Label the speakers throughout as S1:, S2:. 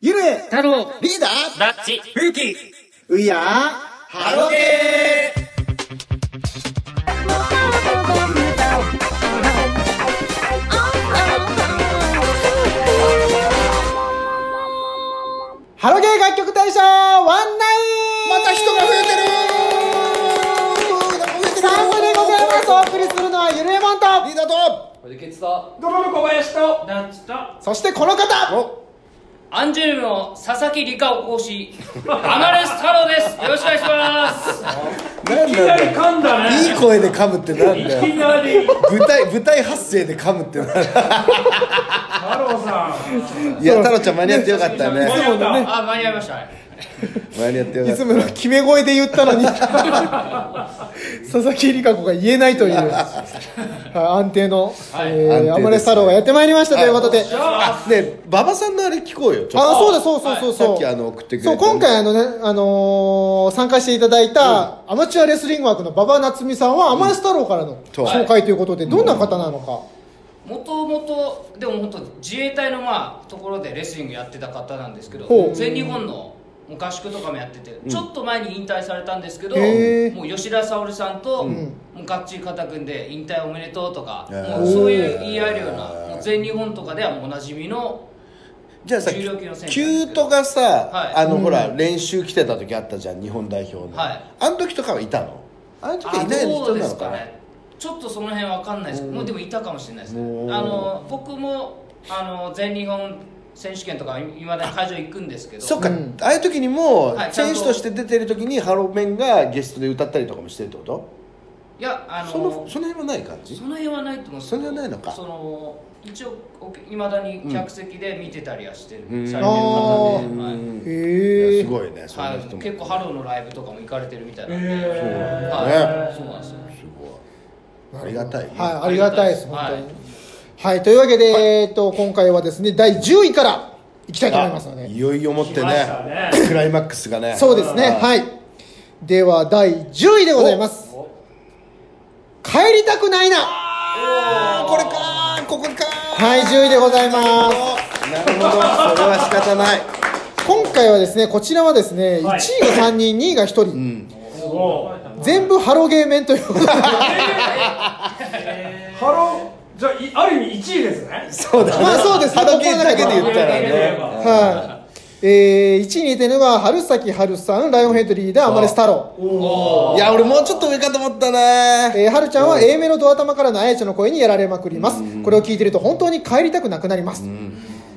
S1: ゆるえ
S2: 太郎、
S1: リーダー
S2: ラッチ、風紀。
S1: うやハロゲーハロゲー楽曲大賞ワンナイン
S3: また人が増えてるなんか増えてる
S1: スタンスでございますお送りするのはゆるえもんと
S3: リーダーと
S4: これでケツと
S5: ドロム小林と
S2: ラッチと、
S1: そしてこの方
S2: アンジュルムの佐々木理香講師、アナレス太郎です。よろしくお願いします。
S3: なん
S5: いきなり噛んだ
S3: いい
S5: ね。
S3: 声で噛むってなん
S5: い
S3: だよ
S5: きなり。
S3: 舞台舞台発声で噛むってなんだよ
S5: 太郎さ
S3: いや太郎ちゃん間に合ってよかった
S5: ん。
S3: ね
S5: 間に合っ
S2: あ、間に合いましたね。
S3: 間に合ってよか
S1: い
S3: っ
S1: つ
S3: た
S1: もの決め声で言ったの に佐々木里香子が言えないというはい安定の
S3: 安定です
S1: アマレス太郎がやってまいりましたということで
S3: あね馬場さんのあれ聞こうよちょっ
S1: あ
S3: と
S1: あそうだそうそうそう
S3: さ
S1: そ
S3: っ
S1: う、
S3: きあの送ってくれた
S1: そう
S3: ね
S1: 今回あのね、あのー参加していただいた、アマチュアレスリング枠の馬場夏美さんは、アマレス太郎からの
S3: そう
S1: 紹介ということで、どんな方なのか、
S2: もともと、でも本当、自衛隊のまあ、ところでレスリングやってた方なんですけ
S1: ほ
S2: ど、
S1: う
S2: 全日本のもう合宿とかもやってて、ちょっと前に引退されたんですけど、
S1: へー
S2: もう吉田沙保里さんと、
S1: ん
S2: もうガッチリ肩組んで、引退おめでとうとか、
S3: へー
S2: もうそういう言い合えるような、もう全日本とかではもうおなじみの、
S3: じゃあさ
S2: 重量級の選手
S3: キュートがさ、
S2: はい
S3: あの、
S1: うん
S3: ほら練習来てた時あったじゃん日本代表の、
S2: はい
S3: あの時とかはいたのあの時はいない
S2: ど
S3: 人
S2: うで
S3: な
S2: す
S3: のか
S2: か
S3: な
S2: ねちょっとその辺わかんないですけどもうでもいたかもしれないです
S3: うん
S2: ねあの僕もあの全日本選手権とかいまだに会場行くんですけど
S3: そっか、
S1: うん
S3: ああいう時にも、
S2: はいちゃん
S3: 選
S2: と
S3: 手として出てる時にハロメンがゲストで歌ったりとかもしてるってこと
S2: いやあの
S3: そのその辺はない感じ
S2: その辺はないと思うんです
S3: そ
S2: けど
S3: の辺はないのか
S2: その一応いまだに客席で見てたりはしてる、
S3: うん
S2: されてる方で、はい
S3: うんい
S1: へ
S3: や
S1: え
S3: すごいねそん
S2: は
S3: ない人も、
S2: 結構ハローのライブとかも行かれてるみたい
S5: た。
S2: なんで、
S5: え
S3: ー
S2: はい、そうなんですよ
S3: すごいありがたいね、
S1: はい、ありがたいです、本
S2: はい
S1: 当に。はい、というわけで、えっと、今回はですね、第10位からいきたいと思いますの
S3: あ
S1: で、
S3: いよいよ持って
S5: 来ました
S3: ね
S5: ね
S3: クライマックスがね
S1: そうですね、
S3: い
S1: はい。では、第10位でございます。帰りたくないな
S3: これかここか
S1: はい、10位でございます。
S3: なるほどそれは仕方ない
S1: 今回はですねこちらはですね、
S5: はい
S1: 1位が3人2位が1人、
S5: ーすごい。
S1: 全部ハロゲーメンということで
S5: ハロー、じゃあいある意味一位です ね。
S3: そうだね
S1: まあそうです
S3: ハロゲーだけで言ったら
S5: ハロゲーだけで言えば
S3: ね
S1: はい、えー、1位にいてるのが春崎春さんライオンヘッドリーダーアマレス太郎、
S3: いや俺もうちょっと上かと思ったな
S1: えー、春ちゃんは A メロドア頭からのあやちゃんの声にやられまくります、これを聞いてると本当に帰りたくなくなります、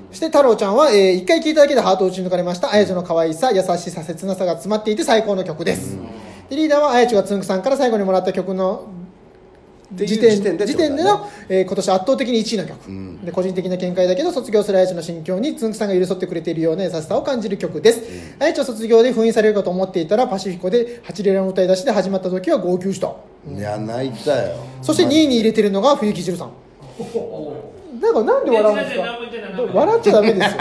S1: そして太郎ちゃんは、え1回聞いただけでハートを打ち抜かれましたあやちゃんの可愛さ優しさ切なさが詰まっていて最高の曲です、でリーダーはあやちゃんがつんくさんから最後にもらった曲の
S3: っていう
S1: 時点
S3: 時点でって
S1: 時
S3: ことだね
S1: 点での、えー今年圧倒的に1位の曲、で個人的な見解だけど卒業するあやちの心境につんくさんが寄り添ってくれているような優しさを感じる曲です、あやち卒業で封印されるかと思っていたらパシフィコで「八レラの歌い出し」で始まった時は号泣した
S3: いや泣いたよ
S1: そして2位に入れてるのが冬木汁さんなんかなんで笑うんですか笑っちゃダメですよ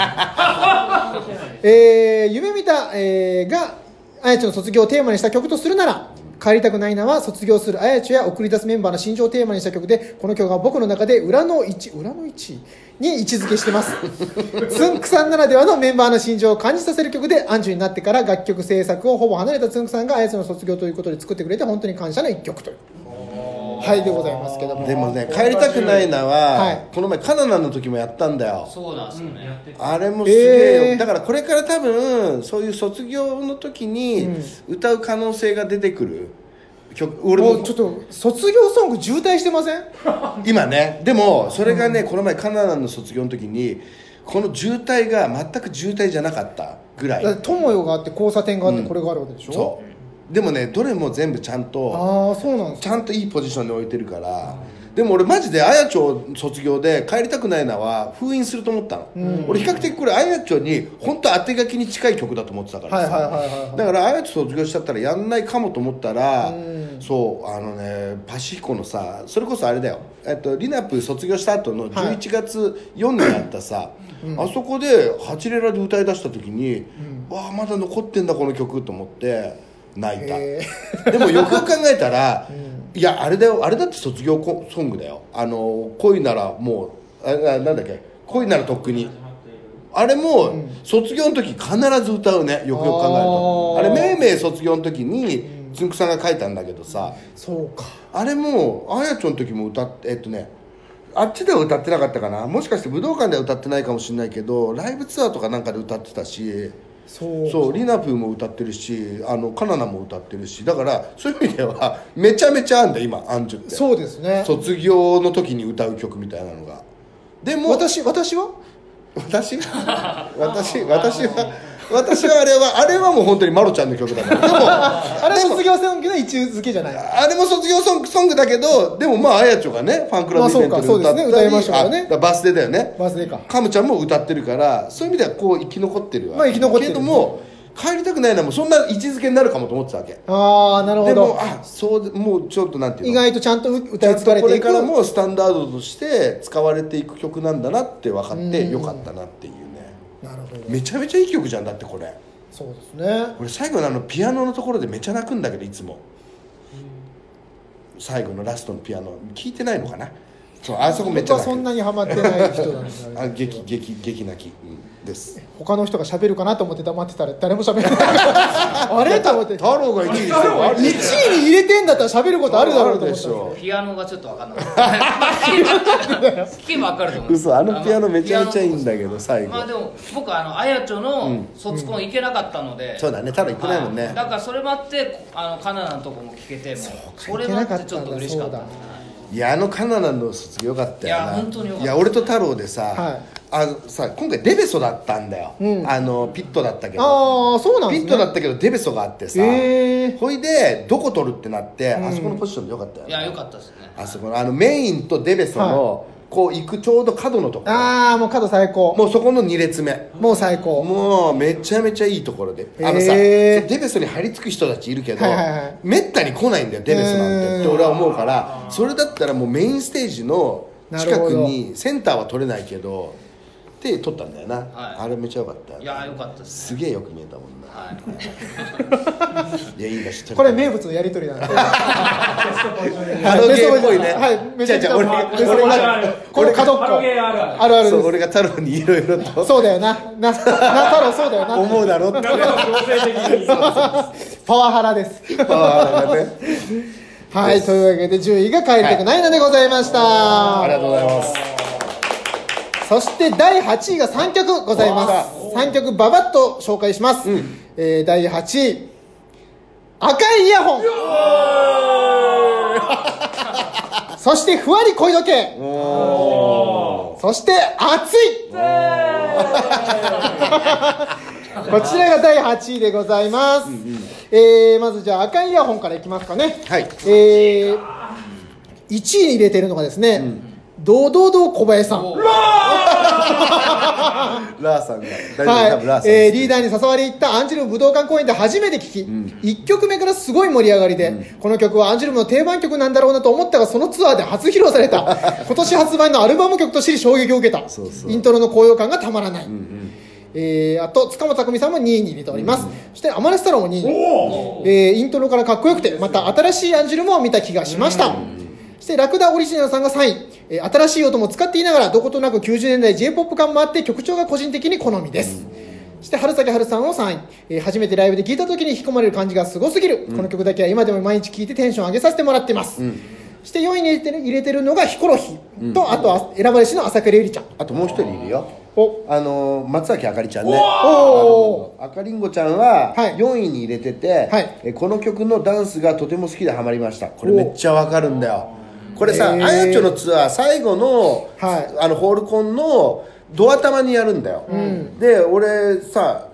S1: えー夢見た、えーがあやちの卒業をテーマにした曲とするなら帰りたくないなは卒業するあやちや送り出すメンバーの心情をテーマにした曲でこの曲が僕の中で裏の1裏の1に位置づけして ますつんくさんならではのメンバーの心情を感じさせる曲でアンジュになってから楽曲制作をほぼ離れたつんくさんがあやちの卒業ということで作ってくれて本当に感謝の一曲というはいでございますけども
S3: でもね帰りたくないな
S1: は
S3: はいこの前カナダの時もやったんだよ
S2: そうなんですよね、
S3: あれもすげえよ、
S1: えー
S3: だからこれから多分そういう卒業の時に歌う可能性が出てくる曲俺
S1: も
S3: も
S1: うちょっと卒業ソング渋滞してません
S3: 今ねでもそれがね、この前カナダの卒業の時にこの渋滞が全く渋滞じゃなかったぐらい
S1: だって友よがあって交差点があってこれがあるわけでしょ、
S3: そうでもねどれも全部ちゃんと
S1: ああそうなんです
S3: ちゃんといいポジションに置いてるからでも俺マジで綾町卒業で帰りたくないなは封印すると思ったの、俺比較的これ綾町に本当当て書きに近い曲だと思ってたからさ
S1: はいはいはいはいはい
S3: だから綾町卒業しちゃったらやんないかもと思ったら、そうあのねパシフィコのさそれこそあれだよ、えっと、リナップ卒業した後の
S1: はい
S3: 11月4日あったさ、あそこで「ハチレラ」で歌い出した時に、わあまだ残ってんだこの曲と思って泣いた。
S1: え
S3: でもよくよく考えたら、いやあれだよあれだって卒業コソングだよあの恋ならもうあななんだっけ恋ならとっくにあれも卒業の時必ず歌うねよくよく考えると
S1: あー
S3: あれめいめい卒業の時につんくさんが書いたんだけどさ
S1: そうか
S3: あれもあやちょんの時も歌ってえっとねあっちでは歌ってなかったかなもしかして武道館では歌ってないかもしれないけどライブツアーとかなんかで歌ってたし
S1: そう
S3: そうリナプーも歌ってるしあのカナナも歌ってるしだからそういう意味ではめちゃめちゃあんだ今アンジュって
S1: そうですね
S3: 卒業の時に歌う曲みたいなのがでも
S1: 私私は
S3: 私 が私私は私はあれはあれはもう本当にマロちゃんの曲だからでも
S1: あれは卒業生の位置づけじゃない
S3: あれも卒業ソングソングだけどでもまああやちょがねファンクラブイベ
S1: まあそ
S3: ントで
S1: うか
S3: 歌っ
S1: そうですね歌いましたから
S3: た
S1: ね
S3: りあだからバースデーだよね
S1: バースデーか
S3: カムちゃんも歌ってるからそういう意味ではこう生き残ってるわ
S1: まあ生き残ってる
S3: けども帰りたくないなもうそんな位置づけになるかもと思ってたわけ
S1: ああなるほ
S3: でも
S1: ど
S3: あそうもうちょっとなんていうの
S1: 意外とちゃんと歌い継がれ
S3: こ
S1: て
S3: れ
S1: いく
S3: からもスタンダードとして使われていく曲なんだなって分かってよかったなっていうね
S1: なるほど
S3: めちゃめちゃいい曲じゃんだってこれ
S1: そうですね
S3: 俺最後のあのピアノのところでめちゃ泣くんだけどいつも最後のラストのピアノ聞いてないのかなそうあそこめっち
S1: 僕は
S3: ゃ泣
S1: そん
S3: く
S1: なにハマってない人なんです
S3: あ激激激泣き、うんです
S1: 他の人が喋るかなと思って黙ってたら誰も喋らないあれと思って
S3: 太郎が1位です
S5: 太郎
S3: よ
S5: が
S3: あ
S1: 1位に入れてんだったら喋ることあるだろうと思
S3: あで
S1: った
S3: し
S1: んです
S3: ょ
S2: ピアノがちょっとわかんな かった。聞けばわかると思う。
S3: 嘘あのピアノめちゃめちゃいいんだけど最後
S2: まあでも僕あのあやちょの卒コン行けなかったので、
S3: そうだね太郎行ってないもんね、
S2: はいだからそれもあってあのカナダのとこも聞けてもうそれもあってちょっと嬉しか
S1: 行けなかったん
S2: った
S1: だ
S3: いやあのカナダの卒業よかったよない
S2: や本当によかった
S3: いや俺と太郎でさ、
S1: はい
S3: あのさ今回デベソだったんだよ、
S1: うん
S3: あのピットだったけど
S1: ああそうなんで
S3: ピ
S1: す
S3: ッ
S1: ね
S3: トだったけどデベソがあってさ、
S1: へー
S3: ほいでどこ取るってなって、あそこのポジションでよかったよ
S2: いや良かったですね
S3: あそこのあのメインとデベソの、こう行くちょうど角のところ
S1: ああもう角最高も
S3: もうそこの2列目
S1: う最高
S3: もうめちゃめちゃいいところであのさ
S1: へー
S3: デベソに張り付く人たちいるけど、
S1: はいはいはい
S3: めったに来ないんだよデベソなん
S1: う
S3: て
S1: ん
S3: って俺は思うからそれだったらもうメインステージの近く
S1: なる
S3: にセンターは取れないけどで取ったんだよな、
S2: はい
S3: あれめちゃよかったよ
S2: いや良かったです
S3: すげえよく見えたもんな
S2: は い
S3: いやいいな知ってる
S1: これ名物のやり取りなんで
S3: カラオケっぽいね
S1: はいめちゃくちゃ
S3: 違う違う
S1: まあ
S3: 俺俺
S5: あ
S3: が
S5: る
S1: これ角っこ
S5: カラオケあるある
S1: あるある
S3: そう
S1: で
S3: 俺が太郎にいろいろ と
S1: すそうだよななな太郎そうだよな
S3: 思うだろって
S5: なんか強制的に
S1: パワハラです
S3: パワーがね
S1: はいというわけで10位が帰りたくないのでございました、
S3: ありがとうございます
S1: そして第8位が3曲ございます3曲ババッと紹介します、えー第8位赤いイヤホンそしてふわり恋時計そして熱いこちらが第8位でございます、えーまずじゃあ赤いイヤホンからいきますかね
S3: はい
S1: えー、1位に入れてるのがですね、堂々堂小林さん、は
S3: ラーさんが大丈夫多分ラーさん
S1: いえーリーダーに誘われ行ったアンジュルム武道館公演で初めて聴き、1曲目からすごい盛り上がりで、この曲はアンジュルムの定番曲なんだろうなと思ったがそのツアーで初披露され た今年発売のアルバム曲と知り衝撃を受けた
S3: そうそう
S1: イントロの高揚感がたまらない、えーあと塚本拓海さんも2位に入れております、そして天音太郎も2位えーイントロからかっこよくてまた新しいアンジュルムを見た気がしましたそしてラクダオリジナルさんが3位、えー新しい音も使っていながらどことなく90年代 j p o p 感もあって曲調が個人的に好みですそして春咲春さんを3位、えー初めてライブで聴いた時に引き込まれる感じがすごすぎる、この曲だけは今でも毎日聴いてテンション上げさせてもらってます、そして4位に入れてる入れてるのがヒコロヒーと、あとは選ばれしの朝倉ゆりちゃん
S3: あともう一人いるよ
S1: お
S3: あのー松崎あかりちゃんね
S1: お
S3: あかりんごちゃんは
S1: はい
S3: 4位に入れてて、
S1: はい
S3: えこの曲のダンスがとても好きでハマりましたこれめっちゃわかるんだよこれさ、
S1: へー
S3: あやちょのツアー最後の,、
S1: はい
S3: あのホールコンのドア玉にやるんだよ、で俺さ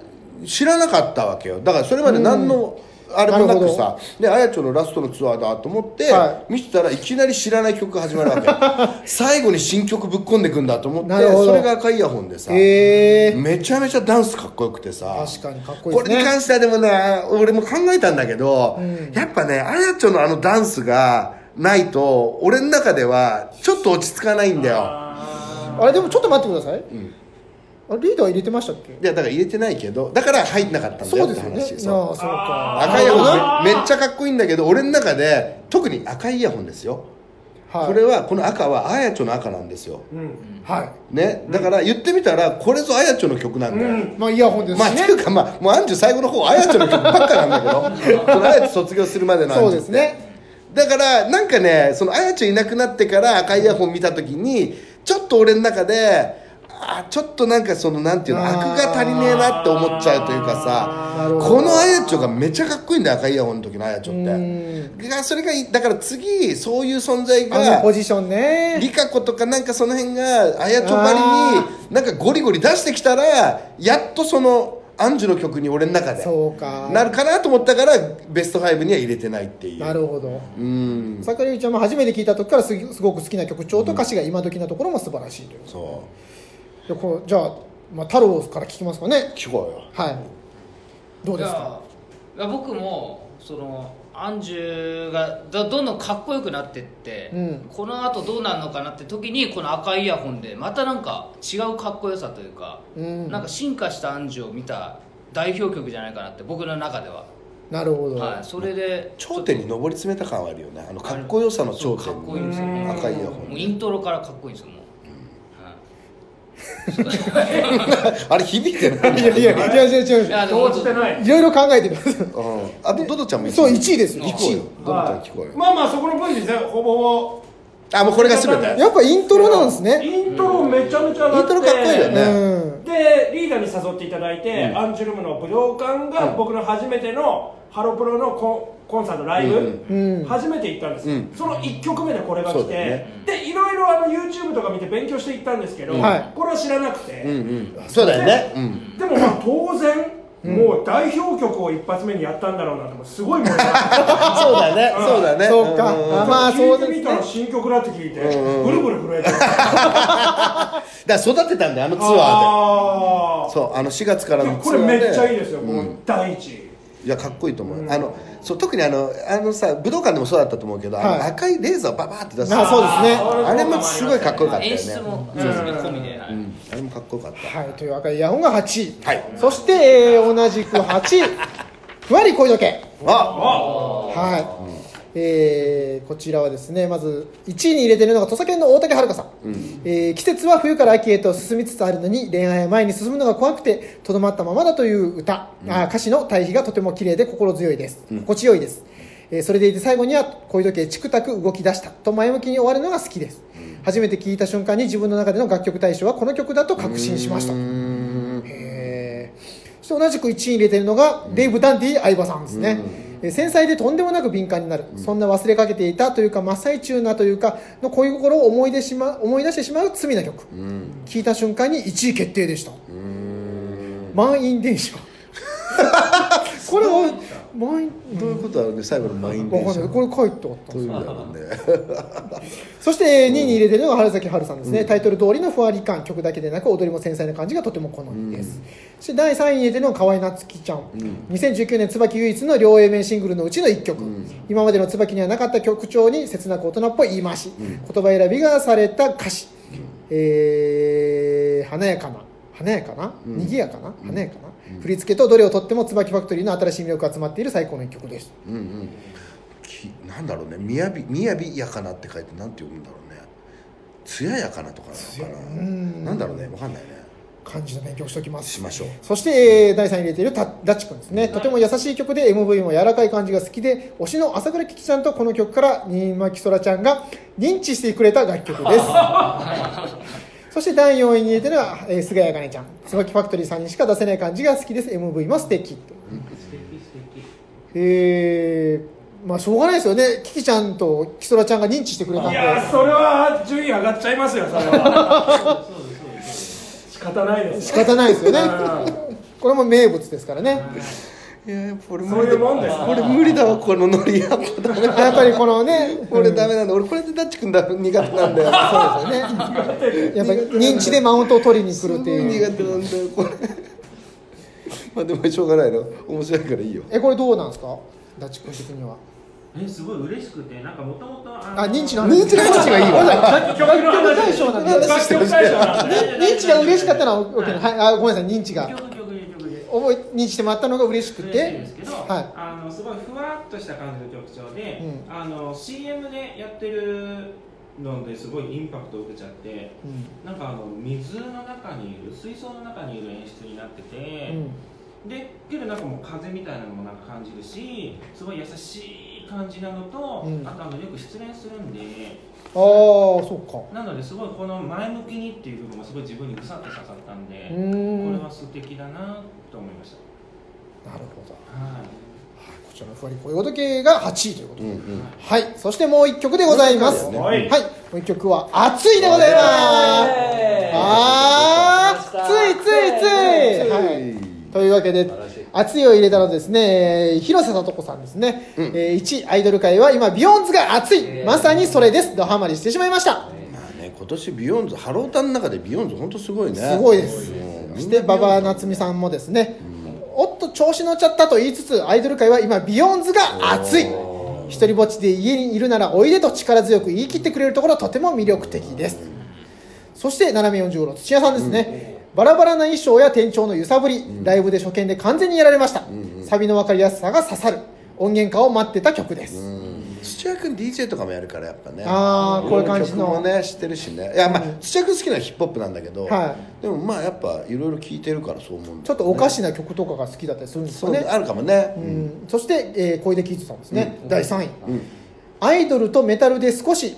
S3: 知らなかったわけよだからそれまで何の、あれもなく
S1: な
S3: さであやちょのラストのツアーだと思って、
S1: は
S3: 見てたらいきなり知らない曲が始まるわ け最後に新曲ぶっ込んでくんだと思って
S1: なるほど
S3: それが赤いイヤホンでさ、
S1: へえ
S3: めちゃめちゃダンスかっこよくてさ
S1: 確かにかっこいいですね
S3: これに関してはでもね俺も考えたんだけど、やっぱねあやちょのあのダンスがないと俺の中ではちょっと落ち着かないんだよ
S1: あれでもちょっと待ってください、あリーダー入れてましたっけ
S3: いやだから入れてないけどだから入んなかったんだ
S1: そ
S3: よ
S1: う
S3: っ
S1: で
S3: て
S1: すよ
S3: 話
S1: ね。いや
S3: そう
S1: ーそうか。
S3: 赤いイヤホンめめっちゃかっこいいんだけど俺の中で特に赤いイヤホンですよ
S1: はい
S3: これはこの赤はあやちょの赤なんですよ、
S5: うん
S1: は
S3: ね、だから言ってみたらこれぞあやちょの曲なんだよ、
S1: いまあイヤホンです
S3: まあ、
S1: し
S3: って
S1: ね、
S3: いうかまあもうアンジュ最後の方あやちょの曲ばっかなんだ けどそのあやちょ卒業するまでのアンジ
S1: そ
S3: ュっ
S1: う
S3: て
S1: ですね
S3: だからなんかねそのあやちゃんいなくなってから赤いイヤホン見た時にちょっと俺の中であーちょっとなんかそのなんていうの
S1: あー
S3: 悪が足りねえなって思っちゃうというか
S1: な
S3: さ
S1: るほど
S3: このあやちょがめっちゃかっこいいんだよ赤いイヤホンの時のあやちょっ
S1: う
S3: てがそれがいだから次そういう存在
S1: あの
S3: が
S1: ポジションね
S3: リカ子とかなんかその辺があやちょば
S1: あ
S3: りになんかゴリゴリ出してきたらやっとそのアンジュの曲に俺の中で
S1: そうか
S3: なるかなと思ったからベスト5には入れてないっていう
S1: なるほど
S3: うん
S1: 桜井ちゃんも初めて聞いた時からすぎすごく好きな曲調と歌詞が今時なところも素晴らしいという、
S3: そ
S1: でこうじゃあ、まあ、太郎から聞きますかね
S3: う聞こうよ
S1: はいどうですか
S2: いや僕もそのアンジュがどどんどんかっこよくなってって、
S1: うん
S2: このあとどうなるのかなって時にこの赤いイヤホンでまたなんか違うかっこよさというか、
S1: うん
S2: なんか進化したアンジュを見た代表曲じゃないかなって僕の中では、
S1: なるほど、
S2: はい、それで
S3: 頂点に上り詰めた感はあるよねあのかっこよさの頂
S2: そうかっこいい
S3: 点
S2: んですよ
S3: に
S2: ね
S3: 赤いイヤホ
S2: もう
S3: ン
S2: イントロからかっこいいんですよもう、
S3: あれ響いてな い
S1: いやいや違う違う違う
S2: いやでも
S5: 動じてない
S1: いろいろ考えてる
S3: うんあとドドちゃんも
S1: そう一位ですよ
S3: 聞こうよドドちゃん聞こうよ
S5: まあまあそこのポジションですねほぼほぼ
S3: あもうこれが全て
S1: やっぱイントロなんですね
S5: イントロめちゃめちゃ
S3: イントロかっこいいよ
S1: う
S3: ね
S1: ん
S5: でリーダーに誘っていただいて、
S3: うん
S5: アンジュルムの武道館が僕の初めてのハロプロのコンコンサートライブ、
S1: うんうん
S5: 初めて行ったんですよ、
S3: うん
S5: その1曲目でこれが
S3: そ
S5: 来
S3: う
S5: て、
S3: だよね
S5: でいろいろあの YouTube とか見て勉強していったんですけど、
S1: はい
S5: これは知らなくて、
S3: うんうんそうだよねうん
S5: でもまあ当然、もう代表曲を一発目にやったんだろうなともすごい盛り上がって
S3: そうだねそうだね
S1: そうか
S3: んん
S1: あ
S3: んだか
S1: まあそうですね
S5: 聞いてみたら新曲だって聞いて、
S3: うんうん
S5: ブルブル震えてる
S3: ら育てたんだよあのツアー
S5: あ
S3: でそうあの4月から
S5: ーいや
S3: の
S5: こ
S3: ツア
S5: れ
S3: ー
S5: め
S3: で
S5: っちゃいいですよ、
S3: うん
S5: もう第一位
S3: いやかっこいいと思う、
S5: うん
S3: あのそう特にあのあのさ武道館でもそうだったと思うけど、あの
S1: はい
S3: 赤いレーザーババーって出す
S1: あそうですね
S3: あれもすごいかっこよかったよね
S2: 演出もそうですね込みで、は
S3: う
S2: い
S3: ん、あれもかっこよかった
S1: はいという赤いイヤホンが8位、
S3: はい
S1: そして、えー同じく8位ふわり恋時計
S3: あ
S5: あ
S1: はい、えーこちらはですねまず1位に入れているのが土佐犬の大竹遥さん、えー季節は冬から秋へと進みつつあるのに恋愛は前に進むのが怖くてとどまったままだという歌、あー歌詞の対比がとても綺麗で心強いです、心地よいですえーそれでいて最後には恋時計チクタク動き出したと前向きに終わるのが好きです、初めて聴いた瞬間に自分の中での楽曲大賞はこの曲だと確信しましたえーそして同じく1位に入れているのがデイブ・ダンディ相葉さんですね、えー繊細でとんでもなく敏感になる、そんな忘れかけていたというか真っ最中なというかの恋心を思い出し、ま、思い出してしまう罪な曲聴、いた瞬間に1位決定でした満員電 車これは満員
S3: どういうことあるね最後の満員
S1: わ
S3: 電
S1: かん
S3: 車
S1: ない
S3: ど
S1: これ書いてあった
S3: ういう意味だろうね
S1: そして2位に入れてるのが春崎春さんですね、タイトル通りのふわり感曲だけでなく踊りも繊細な感じがとても好みです、そして第3位に入れてるのが河合夏樹ちゃん、2019年椿唯一の両 A 面シングルのうちの1曲、今までの椿にはなかった曲調に切なく大人っぽい言い回し、言葉選びがされた歌詞、えー華やかな華やかな、賑やかな華やかな、振り付けとどれをとっても椿ファクトリーの新しい魅力が詰まっている最高の一曲です
S3: うんうんきなんだろうねみやびみやびやかなって書いてなんて読むんだろうね艶やかなとかなのかななんだろうねわかんないね
S1: 漢字の勉強をしておきます
S3: しましょう
S1: そして、えー第3位に入れているタダッチ君ですね、とても優しい曲で MV も柔らかい感じが好きで推しの朝倉ききちゃんとこの曲から新巻そらちゃんが認知してくれた楽曲です そして第4位に入れているのは、えー菅谷茜ちゃん椿ファクトリーさんにしか出せない感じが好きです MV も素敵えー、まあしょうがないですよねききちゃんときそらちゃんが認知してくれたん
S5: い
S1: で
S5: やーそれは順位上がっちゃいますよそれは 仕方ないです
S1: 仕
S5: よ
S1: 方ないですよね
S5: う
S1: これも名物ですからね
S3: いややっぱ俺
S5: そういうもんですよ
S3: これ無理だわこのノリやっぱダメ
S1: やっぱりこのね
S3: 俺ダメなんだ俺これでダッチ君だ苦手なんだよ
S1: そうですよね。やっぱり認知でマウントを取りに来るっていう。
S3: 苦手なんだよこれまあでもしょうがないの面白いからいいよ
S1: え、これどうなんですか。ダッチ君的には。
S4: えすごい嬉しくてなんかもともとあ
S1: あ、認知の
S3: 認知の話がいいわ
S5: 楽曲の
S1: 楽曲大
S5: 話
S1: 賞なんで
S5: 楽曲大賞なんで
S1: 認知が嬉しかったのは、オッケーはい、あ、ごめんなさい、認知が。
S4: 曲曲で曲で
S1: 覚え、認知してもらったのが嬉しく
S4: 嬉しいで
S1: て
S4: す。けど、
S1: はい
S4: あのすごいふわっとした感じの曲調で、
S1: う
S4: あの CM でやってるのですごいインパクトを受けちゃってなんかあの水の中にいる水槽の中にいる演出になってて、でけどなんかもう風みたいなのもなんか感じるしすごい優しい感じなのと、
S1: うん
S4: あとあのよく失恋するんで
S1: ああそうか
S4: なのですごいこの前向きにっていう部分がすごい自分にぐさっと刺さったん
S1: う
S4: で
S1: ーん
S4: こ
S1: な
S4: れ
S1: る
S4: は素敵だなと思いまし
S1: ほど
S4: たはい
S1: はいこちらのふわりこよどけが8位ということ
S3: う
S1: で、
S3: んうん
S1: はいそしてもう一曲でございます、
S3: これ
S5: は
S3: からだよね
S5: い
S1: はい、もう一曲は熱いでございます。あー、ついついつい。はい。というわけで
S6: 素晴らしい。
S1: 熱いを入れたのはですね、えー広瀬さと子さんですね。えー1位アイドル界は今ビヨンズが熱い。
S6: えー
S1: まさにそれです。ドハマりしてしまいました。
S3: まあね今年ビヨンズハロータンの中でビヨンズ本当すごいね
S1: すごいです
S3: うん
S1: そして馬場夏美さんもですね、おっと調子乗っちゃったと言いつつアイドル界は今ビヨンズが熱い。一人ぼっちで家にいるならおいでと力強く言い切ってくれるところとても魅力的です。そして斜め45度土屋さんですね、バラバラな衣装や店長の揺さぶり、ライブで初見で完全にやられました、サビの分かりやすさが刺さる音源化を待ってた曲です、
S3: うん土屋君 DJ とかもやるからやっぱね
S1: あーこういう感じの
S3: 曲もね知ってるしねいやまあ土屋君好きなのはヒップホップなんだけど
S1: は
S3: でもまあやっぱいろいろ聴いてるからそう思うんだよね
S1: ちょっとおかしな曲とかが好きだったりするんです
S3: そ
S1: か
S3: う
S1: ね
S3: あるかもね
S1: うんそして、えー小出貴一さんですね、第3位、
S3: うん
S1: アイドルとメタルで少し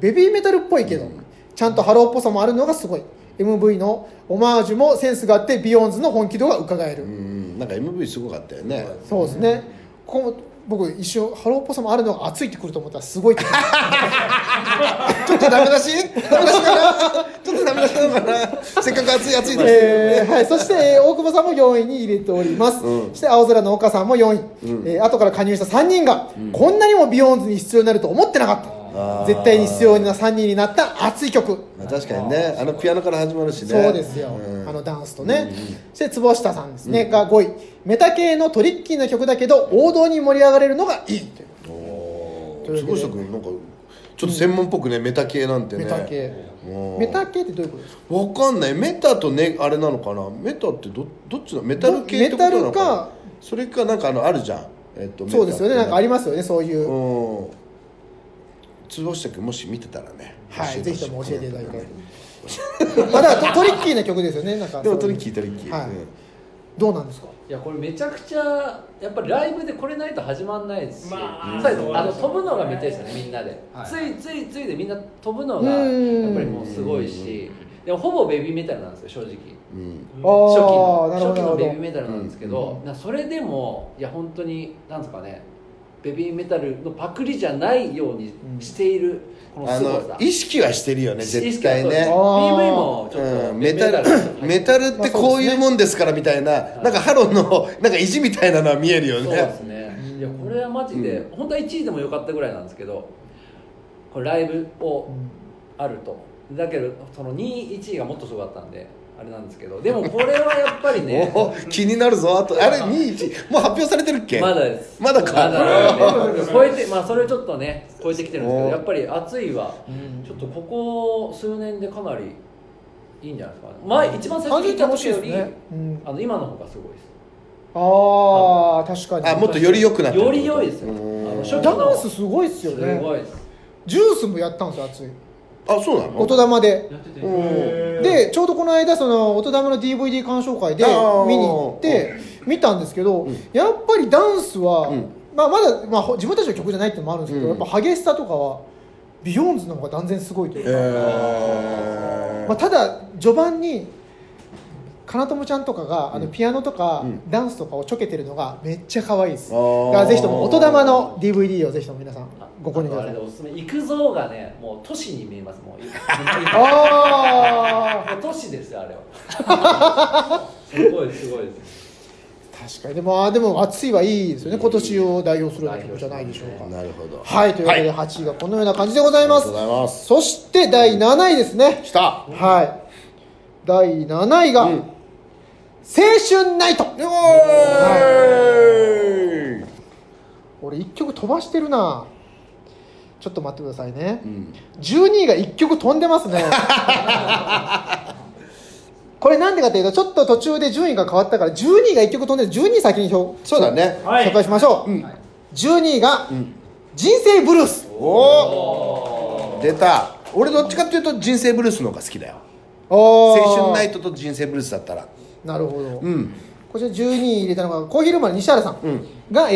S1: ベビーメタルっぽいけど、ちゃんとハローっぽさもあるのがすごい MV のオマージュもセンスがあってビヨンズの本気度がうかがえる、
S3: うんなんか MV すごかったよね
S1: そうですね。ここ僕一瞬ハローっぽさもあるのが熱いってくると思ったらすごいって。
S3: ちょっとダメ出しダメ出しかなちょっとダメ出しなのかなせっかく暑い暑いです
S1: えーはい。そして、えー大久保さんも4位に入れております。
S3: うん
S1: そして青空の岡さんも4位。えー後から加入した3人が、こんなにもビヨーンズに必要になると思ってなかった。絶対に必要な3人になった熱い曲。
S3: まあ確かにねあのピアノから始まるしね
S1: そうですよ、
S3: うん
S1: あのダンスとね、そして坪下さんですね、が5位メタ系のトリッキーな曲だけど王道に盛り上がれるのがいいという
S3: お
S1: という
S3: ー
S1: わけで
S3: 坪下君なんかちょっと専門っぽくねメタ系なんてね
S1: メタ系、
S3: うん
S1: メタ系ってどういうことですか
S3: わかんないメタとねあれなのかなメタってどどっちのメタル系ってことな
S1: メ
S3: のかな
S1: タルか
S3: それかなんかあのあるじゃんえっと
S1: そうですよねなんかありますよねそういう、
S3: うん坪下君もし見てたらね
S1: はい、
S3: 教え
S1: ぜ
S3: て
S1: ひ
S3: ほし
S1: とも教えていただいて。まあだからトトリッキーな曲ですよね。なんか
S3: でもトリッキートリッキー、
S1: はい
S3: うん
S1: どうなんですか。
S6: いやこれめちゃくちゃやっぱりライブでこれないと始まんないですし、
S5: まあ
S6: そうで
S5: そう
S6: す
S5: です
S6: あの飛ぶのがめっちゃいいですねみんなで、
S2: はい
S6: ついついついでみんな飛ぶのが
S1: うん
S6: やっぱりもうすごいしでもほぼベビーメタルなんですよ正直
S3: うん
S1: あ
S6: 初期
S1: あ
S6: の
S1: ー、なるほ
S6: 初期の
S1: ど、
S6: ベビ
S1: な
S6: ー
S1: る
S6: メタルなんですけど、なそれでもいや本当になんですかねベビーメタルのパクリじゃないようにしているこの
S3: あ
S6: 凄
S3: の
S6: さ、
S3: 意識はしてるよね絶対ね
S1: あ、
S6: PV もちょっと
S3: うん、メタルメタルってこういうもんですからみたいな、
S6: そうですね
S3: なんかハロンのなんか意地みたいなのは見えるよ
S6: そうで
S3: ね
S6: すねいやこれはマジで、本当は1位でもよかったぐらいなんですけどこれライブを
S1: ほど。
S6: あるとだけどその2位1位がもっとすごかったんであれなんですけどでもこれはやっぱり ね
S3: おー気になるぞあとあれ21もう発表されてるっけ
S6: まだです
S3: まだか
S6: まだ
S5: うん
S6: ね超えてまあそれをちょっとね超えてきてるんですけ
S3: お
S6: どやっぱり熱いはちょっとここ数年でかなりいいんじゃないですか前一番最
S1: 単
S6: 初
S1: 純に
S6: に言った
S1: 楽し
S6: 時
S1: いで
S6: よ
S1: す
S6: り、
S1: ね。うん、
S6: あの今の方がすごいです
S1: ああ、確かに。
S3: あもっとより良くなってる
S6: より良いですよ
S3: うん
S6: あの初期
S1: ダ
S6: の
S1: ンスすごいっすよ
S6: す
S1: ね。
S6: ごいです
S1: ジュースもやったんですよ、熱い。
S3: あそうなの
S1: 音玉で。
S4: やってて、
S3: うん
S5: へー
S1: で、ちょうどこの間、その音玉の DVD 鑑賞会で
S3: あー
S1: 見に行って、見たんですけど、やっぱりダンスは、
S3: うん
S1: まあ、まだ、まあ、ほ自分たちの曲じゃないってのもあるんですけど、
S3: うん
S1: やっぱ激しさとかは、ビヨーンズの方が断然すごいという
S3: え
S1: か。
S3: ー
S1: まあ、ただ序盤にかなともちゃんとかがあのピアノとか
S3: うん
S1: ダンスとかをちょけてるのがめっちゃ可愛いです
S3: あ
S1: だか
S3: ー
S1: らぜひとも音玉の DVD をぜひとも皆さんご購入くだ
S6: あ
S1: さ
S6: あ
S1: い
S6: れでおすすめ行くぞがねもう都市に見えますもう
S1: あ
S6: 都市ですよあ れはすごいすごいです
S1: ー確かにでもあーでも暑いはいいですよね今年を代表するような曲じゃないでしょうか
S3: なるほど
S1: はいというわけで8位がこのような感じでございます
S3: ありがとうございます
S1: そして第7位ですね
S3: きた
S1: はい第7位が
S3: うん
S1: 青春ナイト
S3: おーい
S1: 俺1曲飛ばしてるなちょっと待ってくださいね
S3: うん
S1: 12位が1曲飛んで ますねこれなんでかというとちょっと途中で順位が変わったから12位が1曲飛んでる12位先に表
S3: そうだね
S5: はい
S1: 紹介しましょう、12位が、人生ブルース
S3: おお出た俺どっちかっていうと人生ブルースの方が好きだよ
S1: 青
S3: 青春ナイトと人生ブルースだったら
S1: なるほど、
S3: うん
S1: こちら12位入れたのがコーヒールームの西原さん
S3: うん
S1: が、え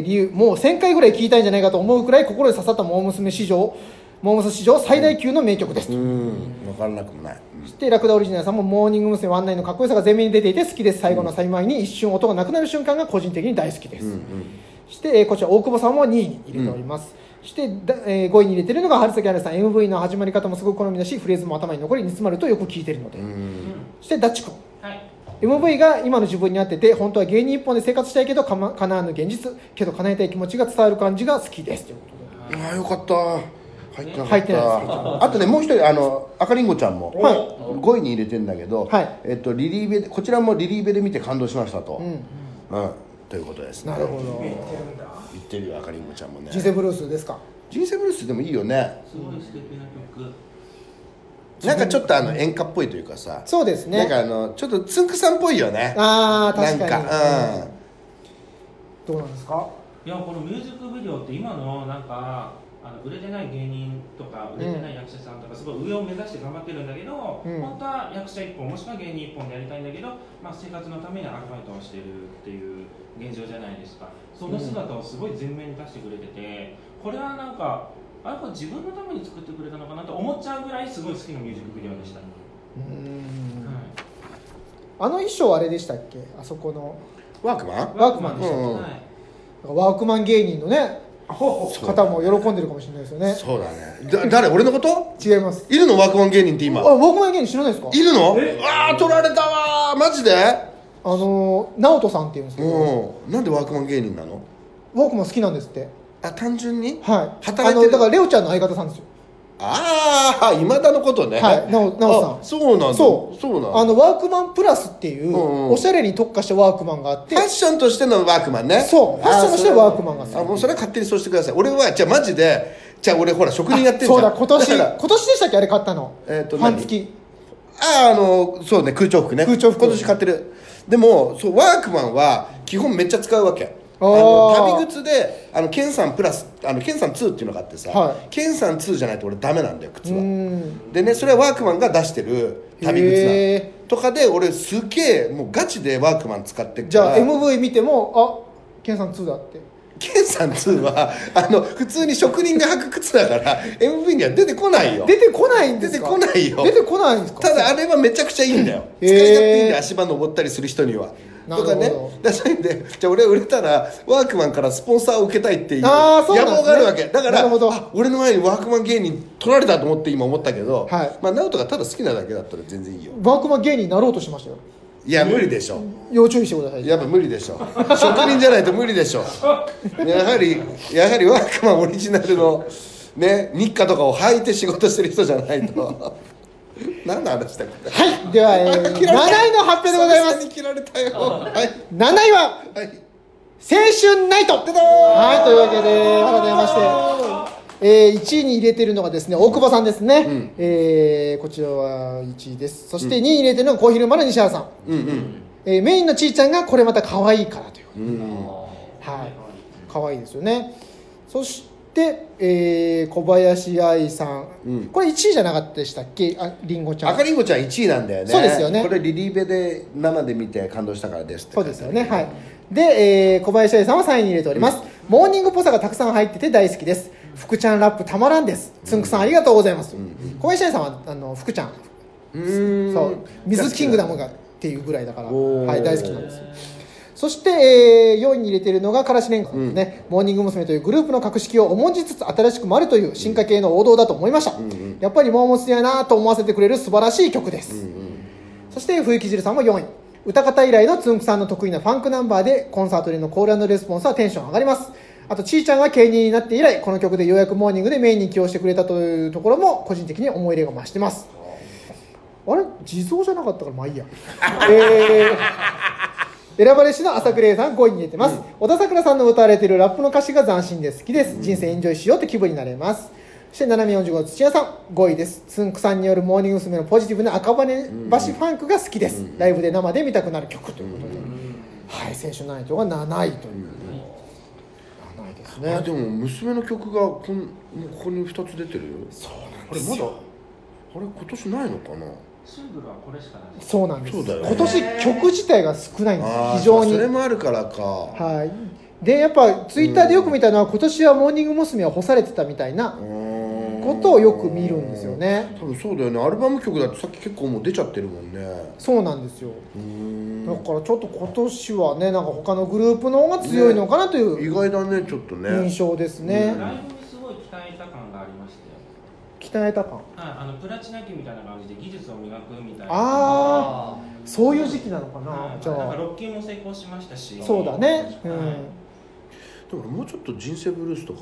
S1: ー理由もう1000回ぐらい聞いたんじゃないかと思うくらい心に刺さったモー娘。史上モー娘。史上最大級の名曲です、
S3: うん分からなくもないうん
S1: そしてラクダオリジナルさんもモーニング娘。ワンナインのかっこよさが前面に出ていて好きです最後の最前に一瞬音がなくなる瞬間が個人的に大好きです、そして、えーこちら大久保さんも2位に入れております、そして、だえ5位に入れてるのが春崎あるさん MV の始まり方もすごく好みだしフレーズも頭に残り煮詰まるとよく聞いてるので、そしてダッチ君
S4: はい。
S1: MV が今の自分に合ってて本当は芸人一本で生活したいけどか、ま、叶わぬ現実けど叶えたい気持ちが伝わる感じが好きですということで
S3: ああよかった入ってなかった
S1: 入ってないです
S3: あとねもう一人あの赤りんごちゃんも
S1: はい
S3: 5位に入れてんだけど、
S1: はい
S3: えっと、リリーベでこちらもリリーベで見て感動しましたと、うんということですね
S1: なるほど
S3: 言ってるよ赤りんごちゃんもね
S1: 人生ブルースですか
S3: 人生ブルースでもいいよね
S4: すごい素敵な曲。
S3: なんかちょっとあの演歌っぽいというかさ
S1: そうですね
S3: なんかあのちょっとつんくさんっぽいよね
S1: ああ確かに
S3: なんかうん
S1: どうなんですか
S4: いやこのミュージックビデオって今のなんかあの売れてない芸人とか売れてない役者さんとかすごい上を目指して頑張ってるんだけど、
S1: うん
S4: 本当は役者一本もしくは芸人一本でやりたいんだけど、まあ、生活のためにアルバイトをしてるっていう現状じゃないですかその姿をすごい前面に出してくれててこれはなんかあれこれ自分のために作ってくれたのかなと思っちゃうぐらいすごい好きなミュージックビデオでした、
S1: うーん
S4: はい
S1: あの衣装あれでしたっけあそこの
S3: ワークマン
S1: ワークマンでした
S3: うん
S4: はい
S1: ワークマン芸人のね
S3: そう
S1: 方も喜んでるかもしれないですよね
S3: そうだねだ誰俺のこと
S1: 違います
S3: いるのワークマン芸人って
S1: あ
S3: 今
S1: ワークマン芸人知らないですか
S3: いるの
S5: え
S3: ああ取られたわーマジで
S1: あのー直人さんっていうんですけど
S3: うんなんでワークマン芸人なの
S1: ワークマン好きなんですって
S3: あ単純に
S1: はい
S3: 働いてる
S1: あのだからレオちゃんの相方さんですよ
S3: ああ今田のことね
S1: はいなおなおさん
S3: あそうなんだ
S1: そう
S3: そうなんだ
S1: あのワークマンプラスっていう、
S3: うんうん
S1: おしゃれに特化したワークマンがあって
S3: ファッションとしてのワークマンね
S1: そうファッションとしてワークマンが好き
S3: あもうそれは勝手にそうしてください俺はじゃあマジでじゃあ俺ほら職人やってるじゃ
S1: そ
S3: ん
S1: うだ今年
S3: から
S1: 今年でしたっけあれ買ったの、
S3: えーと
S1: 半月
S3: あああのそうね空調服ね
S1: 空調服
S3: 今年買ってるでもそうワークマンは基本めっちゃ使うわけあ
S1: あー
S3: の旅靴であのケンさんプラスあのケンさん2っていうのがあってさ、
S1: はい
S3: ケンさん2じゃないと俺ダメなんだよ
S1: う
S3: 靴は
S1: ーん
S3: でねそれはワークマンが出してる旅靴な
S1: へ
S3: のとかで俺すげえもうガチでワークマン使ってる
S1: じゃあ MV 見てもあケンさん2だって
S3: ケンさん2はあの普通に職人が履く靴だから MV には出てこないよ
S1: 出てこないんですか
S3: 出てこないよ
S1: 出てこないんですか
S3: ただあれはめちゃくちゃいいんだよ
S1: へー
S3: 使い勝手いいんで足場登ったりする人には
S1: なる
S3: と
S1: ほど
S3: かねだそういうんでじゃあ俺は売れたらワークマンからスポンサーを受けたいっていう野
S1: あーそうなんですね
S3: 望があるわけだか
S1: な
S3: ら
S1: るほど
S3: あ俺の前にワークマン芸人取られたと思って今思ったけど、
S1: はい
S3: まあ直人がただ好きなだけだったら全然いいよ
S1: ワークマン芸人になろうとしましたよ
S3: いや無理でしょ
S1: 要注意してください
S3: やっぱ無理でしょ職人じゃないと無理 でしょやはりやはりワークマンオリジナルのね日課とかを履いて仕事してる人じゃないと 何の話だっけ
S1: はいでは、えー、7位の発表でございます
S3: 久々に切られたよ。はい。
S1: 7位は青
S3: はい。
S1: 春ナイトはいというわけで改めまして、えー、1位に入れてるのがですね大久保さんですね、
S3: ん
S1: えーこちらは1位ですそして2位に入れてるのがコーヒールーマの西原さん、
S3: うん
S1: えーメインのちーちゃんがこれまた可愛いからという
S3: うん。うん。
S1: はい可愛いですよねそして、えー小林愛さん、
S3: うん
S1: これ1位じゃなかったでしたっけありんごちゃん
S3: 赤りんごちゃん1位なんだよね。
S1: そうですよね
S3: これリリーベで生で見て感動したからですって
S1: そ
S3: 書
S1: う
S3: いて
S1: で
S3: ある。
S1: すよねはいで、えー小林愛さんは3位に入れております、モーニングっぽさがたくさん入ってて大好きです福ちゃんラップたまらんですつんくさんありがとうございます、小林愛さんはあの福ちゃん
S3: うーん。
S1: そう水キングダムがっていうぐらいだから、
S3: おー
S1: はい、大好きなんですよそして、え4位に入れているのがからしれんこんですね、モーニング娘。というグループの格式を重んじつつ新しくもあるという進化系の王道だと思いました、やっぱりモー娘。やなと思わせてくれる素晴らしい曲です、そして冬木汁さんも4位歌方以来のつんくさんの得意なファンクナンバーでコンサートでのコールレスポンスはテンション上がりますあとちーちゃんが芸人になって以来この曲でようやくモーニングでメインに起用してくれたというところも個人的に思い入れが増してますあれ地蔵じゃなかったからまあいいやえー選ばれしの朝倉さん5位に入れてます、小田さくらさんの歌われているラップの歌詞が斬新で好きです、人生エンジョイしようって気分になれますそして斜め45土屋さん5位ですつんくさんによるモーニング娘。のポジティブな赤羽橋ファンクが好きです、ライブで生で見たくなる曲ということで、はい青春ナイトが7位という、7位ですね
S3: あでも娘の曲がこんもうここに2つ出てるよ。そうなんあれまだあれ今年ないのかな
S4: シングルはこれしかないです
S1: そうなんです、
S3: そうだよね
S1: 今年曲自体が少ないんです
S3: あー
S1: 非常に
S3: それもあるからか
S1: はいでやっぱツイッターでよく見たのは、今年はモーニング娘。は干されてたみたいなこ
S3: こと
S1: をよく見るんですよね
S3: 多分そうだよねアルバム曲だってさっき結構もう出ちゃってるもんね
S1: そうなんですよ
S3: うー
S1: だ
S3: ん
S1: からちょっと今年はねなんか他のグループの方が強いのかなと
S3: 意
S1: いう
S3: 外だねちょっとね
S1: 印象ですね
S4: ライブにすごい鍛えた感がありましたよ
S1: 鍛えた感
S4: はい、あのプラチナ期みたいな感じで技術を磨くみたいな
S1: あ
S6: あ
S1: あそういう時期なのかな
S4: はい
S1: じゃ
S4: なんか
S1: あ
S4: ロッキンも成功しましたし
S1: そうだねう
S4: はい
S1: ん
S3: でも俺もうちょっと人生ブルースとか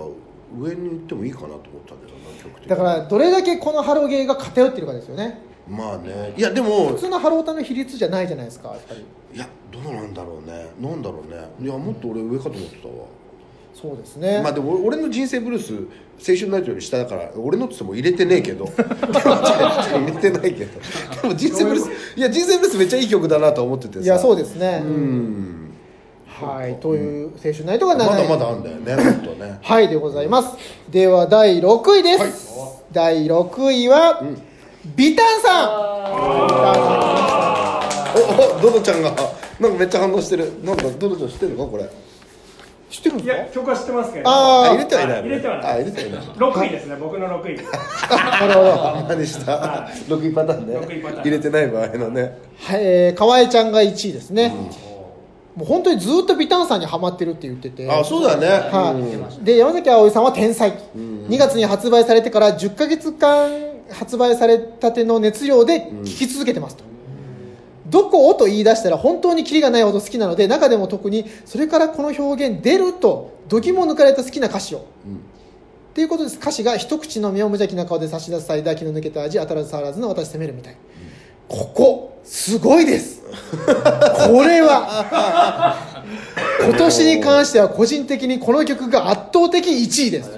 S3: 上に行ってもいいかなと思ったけどな曲的に
S1: だからどれだけこのハロゲーが偏ってるかですよね
S3: まあねいやでも
S1: 普通のハロータの比率じゃないじゃないですかやっぱり
S3: いやどうなんだろうねなんだろうねいやもっと俺上かと思ってたわ
S1: そうですね
S3: まあでも俺の人生ブルース青春ナイトより下だから俺のっつっても入れてねえけ ど入れてないけどでも人生ブルースいや人生ブルースめっちゃいい曲だなと思っててさ
S1: いやそう
S3: で
S1: ですね
S3: うん
S1: はいという青春ナイトが
S3: ま
S1: 7位
S3: だまだあんだよね本当ね
S1: はいでございますでは第6位です、第6位は、
S3: ん
S1: ビタンさん
S3: おおドドちゃんがなんかめっちゃ反応してるなんかドドちゃん知ってるのかこれ
S1: 知ってるん
S5: い
S1: です
S5: や
S1: か
S5: 曲は知ってますけど
S1: あ
S3: あ
S1: ー
S3: 入れてはいない
S5: 入れてはない
S3: あ入れてはいない
S5: 6位ですね僕の6位
S1: なるほどは
S3: あ真似した6位パターンね
S5: 6位パターン
S3: 入れてない場合のね
S1: いえー河合ちゃんが1位ですね、もう本当にずっとビタンさんにはまってるって言ってて
S3: あそうだね
S1: はい
S3: うん
S1: で山崎葵さんは天才、2月に発売されてから10ヶ月間発売されたての熱量で聴き続けてますと、どこをと言い出したら本当にキリがないほど好きなので中でも特にそれからこの表現出ると度肝を抜かれた好きな歌詞を、っていうことです歌詞が一口の目を無邪気な顔で差し出すサイダー気の抜けた味当たらず触らずの私責めるみたい、ここすごいですこれは今年に関しては個人的にこの曲が圧倒的1位です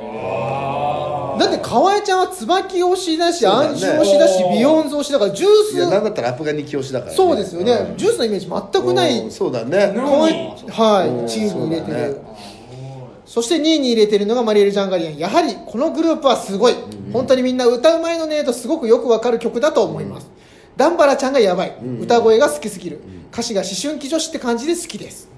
S1: だって河合ちゃんは椿推しだし
S3: そうだね
S1: 暗示推しだしビヨンズ推しだからジュー
S3: いや
S1: ス
S3: なんだったらアップが2強しだから、
S1: そうですよね、
S3: うん
S1: ジュースのイメージ全くない、
S3: うんそうだね
S1: 可愛い
S3: うん
S1: はい、チームに入れて
S3: そ
S1: る
S3: うだね。
S1: そして2位に入れてるのがマリエル・ジャンガリアン。やはりこのグループはすごい。本当にみんな歌うまいのねとすごくよくわかる曲だと思います。ダンバラちゃんがやばい。歌声が好きすぎる。歌詞が思春期女子って感じで好きです。